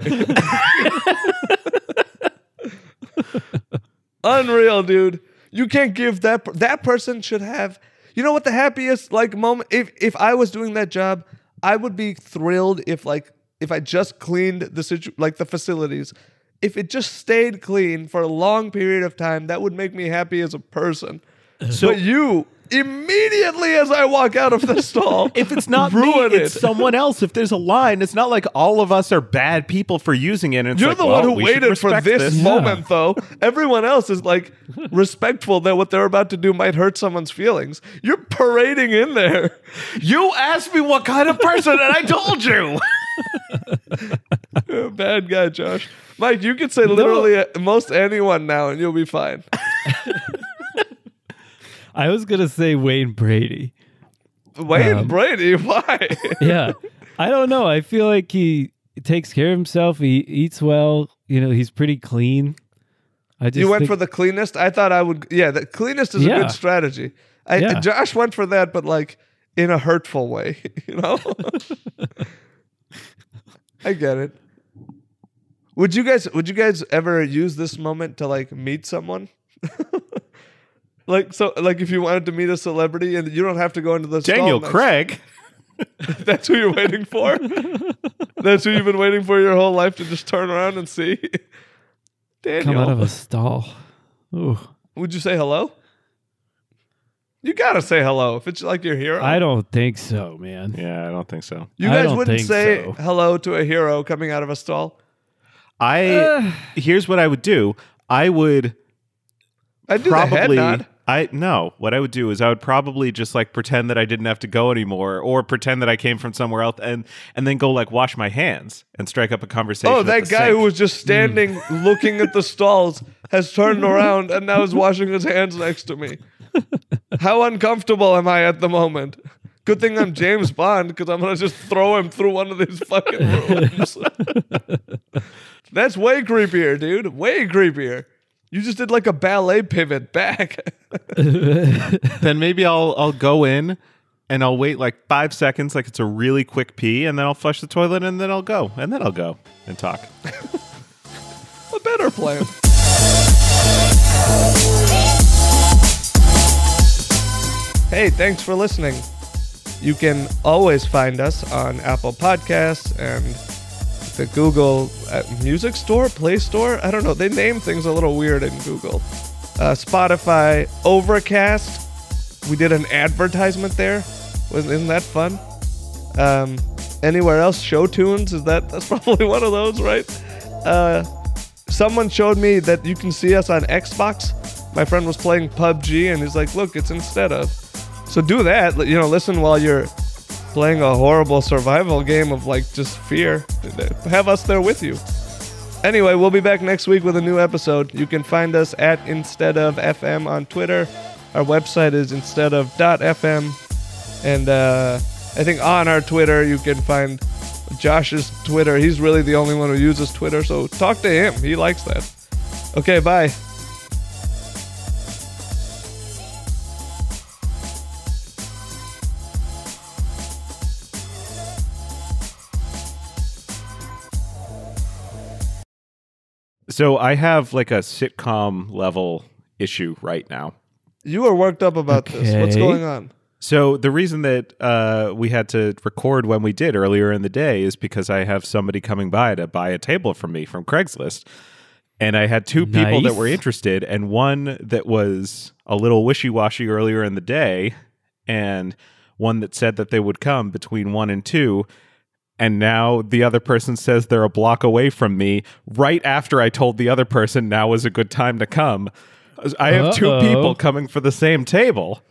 Unreal, dude. You can't give that per- that person should have. You know what the happiest like moment if if I was doing that job, I would be thrilled if like if I just cleaned the situ- like the facilities. If it just stayed clean for a long period of time, that would make me happy as a person.
So-
but you immediately as I walk out of the stall,
If it's not
ruin
me,
it.
it's someone else. If there's a line, it's not like all of us are bad people for using it. And it's
You're
like,
the
well,
one who
we should
waited for
respect
this,
Yeah.
moment, though. Everyone else is like respectful that what they're about to do might hurt someone's feelings. You're parading in there.
You asked me what kind of person, and I told you.
You're a bad guy, Josh. Mike, you could say literally uh, most anyone now and you'll be fine.
I was gonna say Wayne Brady.
Wayne
Um,
Brady, why?
Yeah. I don't know. I feel like he takes care of himself. He eats well. You know, he's pretty clean. I just
you went
think-
for the cleanest? I thought I would. Yeah, the cleanest is a
Yeah.
good strategy. I,
Yeah.
Josh went for that, but like in a hurtful way, you know? I get it. Would you guys would you guys ever use this moment to like meet someone? like so like if you wanted to meet a celebrity and you don't have to go into the stall
Daniel
next-
Craig.
That's who you're waiting for. That's who you've been waiting for your whole life to just turn around and see.
come
Daniel,
out of a stall. Ooh.
would you say hello? You gotta say hello if it's like your hero.
I don't think so, man.
Yeah, I don't think so.
you
I
guys
don't
wouldn't
think
say
so.
hello to a hero coming out of a stall.
I
Uh,
here's what I would do. I would
I do the head
probably.
nod.
I no. What I would do is I would probably just like pretend that I didn't have to go anymore, or pretend that I came from somewhere else, and and then go like wash my hands and strike up a conversation.
Oh,
at
that
the Mm.
guy
sink.
who was just standing looking at the stalls has turned around and now is washing his hands next to me. How uncomfortable am I at the moment? Good thing I'm James Bond because I'm going to just throw him through one of these fucking rooms. That's way creepier, dude. Way creepier. You just did like a ballet pivot back.
then maybe I'll I'll go in and I'll wait like five seconds, like it's a really quick pee, and then I'll flush the toilet, and then I'll go, and then I'll go and talk.
a better plan. Hey, thanks for listening. You can always find us on Apple Podcasts and the Google uh, Music Store, Play Store. I don't know. They name things a little weird in Google. Uh, Spotify, Overcast, we did an advertisement there. Wasn't isn't that fun? Um, anywhere else, show tunes is that that's probably one of those, right? Uh, someone showed me that you can see us on Xbox. My friend was playing PUBG and he's like, "Look, it's instead of." So do that. li- You know, listen while you're playing a horrible survival game of like just fear. Have us there with you. Anyway, we'll be back next week with a new episode. You can find us at Instead of FM on Twitter. Our website is instead of .fm. And uh, I think on our Twitter, you can find Josh's Twitter. He's really the only one who uses Twitter, so talk to him. He likes that. Okay, bye.
So I have like a sitcom level issue right now.
You are worked up about this. What's
Okay.
going on?
So the reason that uh, we had to record when we did earlier in the day is because I have somebody coming by to buy a table from me from Craigslist, and I had two people that
Nice.
were interested, and one that was a little wishy washy earlier in the day, and one that said that they would come between one and two. And now the other person says they're a block away from me right after I told the other person now is a good time to come. I have two
Uh-oh.
people coming for the same table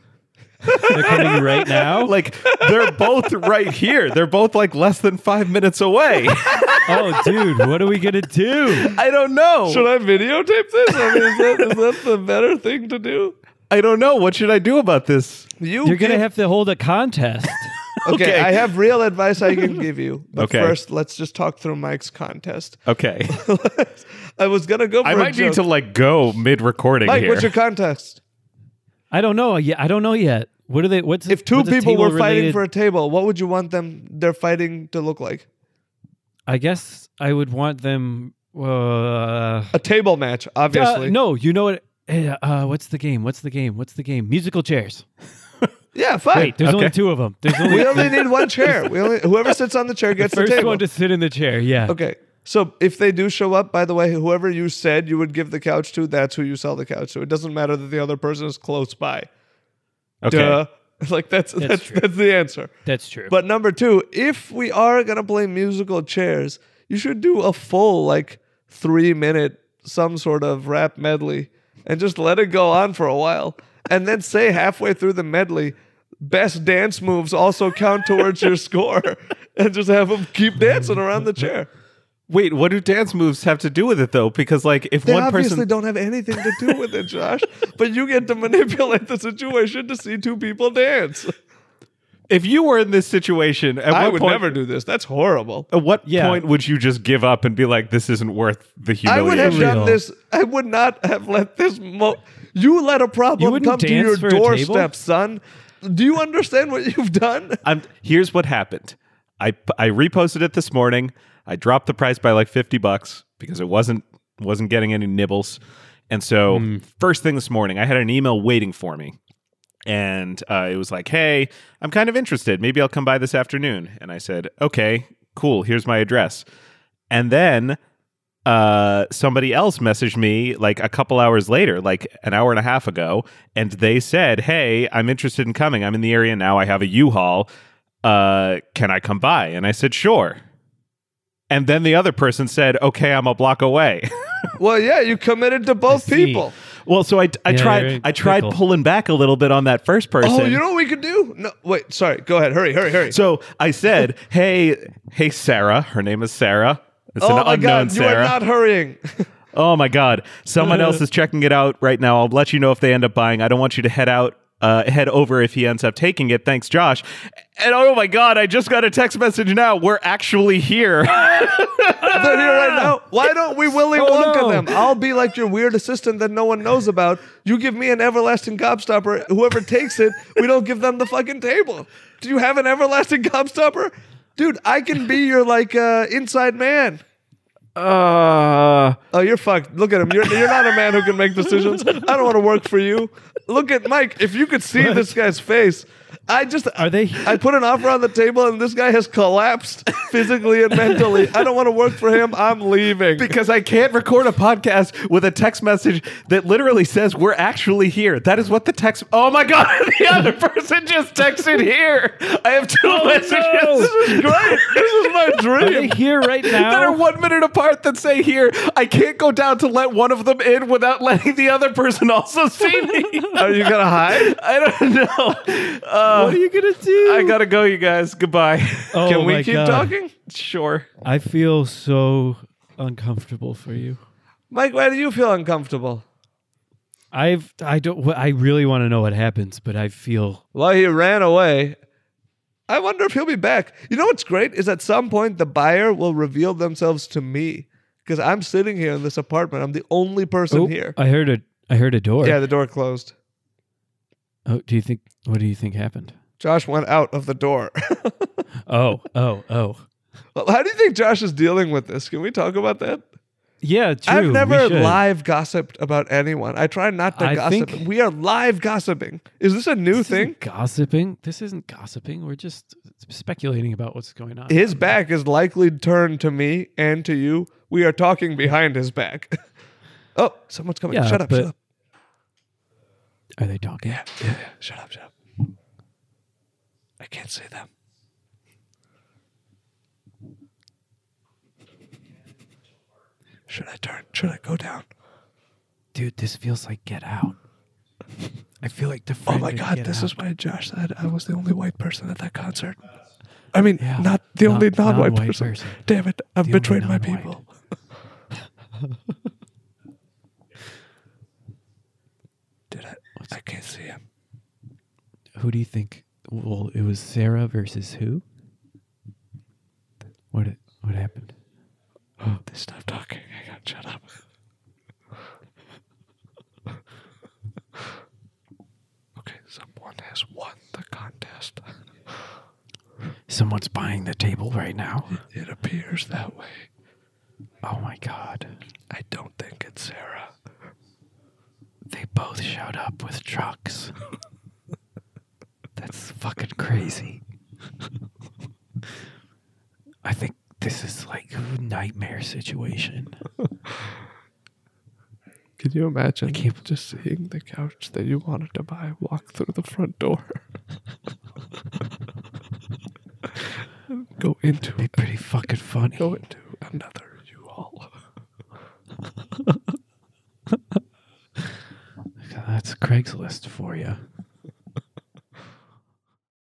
They're coming right now.
like they're both right here. They're both like less than five minutes away.
oh, dude, what are we gonna do?
I don't know.
Should I videotape this? I mean, is that, is that the better thing to do?
I don't know. What should I do about this?
You
You're gonna
give-
have to hold a contest.
Okay,
Okay.
I have real advice I can give you. But
Okay.
first, let's just talk through Mike's contest.
Okay,
I was gonna go. For
I
a
might need
joke.
to like go mid recording
Mike,
here.
what's your contest?
I don't know. Yeah, I don't know yet. What are they? What's
If two
what's a
people were fighting
table-related-
for a table, what would you want them they're fighting to look like?
I guess I would want them. Uh,
A table match,
uh,
obviously.
no, you know what? eh, Uh, what's the game? What's the game? What's the game? Musical chairs.
Yeah, fine.
Wait, there's only two of them. There's only
we
the
only need one chair. We only whoever sits on the chair gets the,
first
table.
one to sit in the chair. Yeah.
okay. So if they do show up, by the way, whoever you said you would give the couch to, that's who you sell the couch to. It doesn't matter that the other person is close by.
okay.
Duh. Like that's that's,
true.
that's the answer.
That's true.
But number two, if we are gonna play musical chairs, you should do a full like three minute some sort of rap medley and just let it go on for a while, and then say halfway through the medley, best dance moves also count towards your score, and just have them keep dancing around the chair.
Wait, what do dance moves have to do with it though? Because like if
They
one
obviously
person
don't have anything to do with it, Josh, but you get to manipulate the situation to see two people dance.
if you were in this situation, at
I
what
would
point,
never do this. That's horrible.
At what
Yeah.
point would you just give up and be like, this isn't worth the
I
humiliation?
would have done
Real.
this. I would not have let this. Mo- you let a problem
wouldn't
come to
dance
your
for a table?
doorstep, son. Do you understand what you've done?
I'm here's what happened. I I reposted it this morning. I dropped the price by like 50 bucks because it wasn't wasn't getting any nibbles. And so first thing this morning, I had an email waiting for me. And uh, it was like, hey, I'm kind of interested. Maybe I'll come by this afternoon. And I said, okay, cool. Here's my address. And then uh, somebody else messaged me like a couple hours later, like an hour and a half ago, and they said, "Hey, I'm interested in coming. I'm in the area now. I have a U-Haul. Uh, can I come by?" And I said, "Sure." And then the other person said, "Okay, I'm a block away."
Well, yeah, you committed to both
see.
people.
well, so I,
Yeah,
I
you're
tried
in
I tried
pickle.
pulling back a little bit on that first person.
Oh, you know what we could do? No, wait. Sorry. Go ahead. Hurry, hurry, hurry.
so I said, "Hey, hey, Sarah. Her name is Sarah. It's
oh
an
my
unknown
God, you
Sarah.
are not hurrying.
Oh my God! Someone else is checking it out right now. I'll let you know if they end up buying. I don't want you to head out, uh, head over if he ends up taking it. Thanks, Josh. And oh my God! I just got a text message now. We're actually here.
They're here right now. Why don't we Willy Wonka
no.
them? I'll be like your weird assistant that no one knows about. You give me an everlasting gobstopper. Whoever takes it, we don't give them the fucking table. Do you have an everlasting gobstopper? Dude, I can be your like uh, inside man.
Uh,
Oh, you're fucked. Look at him. You're, you're not a man who can make decisions. I don't want to work for you. Look at Mike. If you could see this guy's face, I just
Are they?
I put an offer on the table and this guy has collapsed physically and mentally. I don't want to work for him. I'm leaving.
because I can't record a podcast with a text message that literally says we're actually here. That is what the text. Oh my god, the other person just texted here. I have two messages
Oh, this is great. This is my
Are they
dream.
here right
that are
now?
one minute apart that say here. I can't go down to let one of them in without letting the other person also see me.
Are you gonna hide?
I don't know. Uh,
What are you gonna do?
I gotta go, you guys. Goodbye.
Oh
Can we
my
keep
God.
talking?
sure.
I feel so uncomfortable for you.
Mike, why do you feel uncomfortable?
I've I don't wh- I really want to know what happens, but I feel
Well, he ran away. I wonder if he'll be back. You know what's great is at some point the buyer will reveal themselves to me because I'm sitting here in this apartment. I'm the only person
Oh,
here.
I heard a I heard a door.
yeah, the door closed.
Oh, do you think what do you think happened?
Josh went out of the door.
Oh, oh, oh.
Well, How do you think Josh is dealing with this? Can we talk about that?
Yeah, true.
I've
we
never
should.
live gossiped about anyone. I try not to
I
gossip.
think-
we are live gossiping. Is this a new
This isn't
thing?
gossiping. This isn't gossiping. We're just speculating about what's going on.
His back is likely turned to me and to you. We are talking behind his back. oh, someone's coming.
Yeah,
shut up,
but-
shut up.
Are they talking?
Shut up, shut up. I can't see them. Should I turn? Should I go down?
Dude, this feels like Get Out. I feel like the
Oh
friend
my
in
god,
Get
this
Out.
is why Josh said I was the only white person at that concert. I mean,
Yeah,
not the
not-
only non white
non-white
person.
person.
Damn it, I've
The only
betrayed my
non-white.
people. Did I? I can't see him.
Who do you think? Well, it was Sarah versus who? What what happened?
They stopped talking. I got shut up. okay, someone has won the contest.
Someone's buying the table right now.
It appears that way.
Oh my god.
I don't think it's Sarah.
They both showed up with trucks. That's fucking crazy. I think this is like a nightmare situation.
Can you imagine
can't-
just seeing the couch that you wanted to buy walk through the front door? go into
Be pretty fucking funny.
go into another you all.
That's Craigslist for you.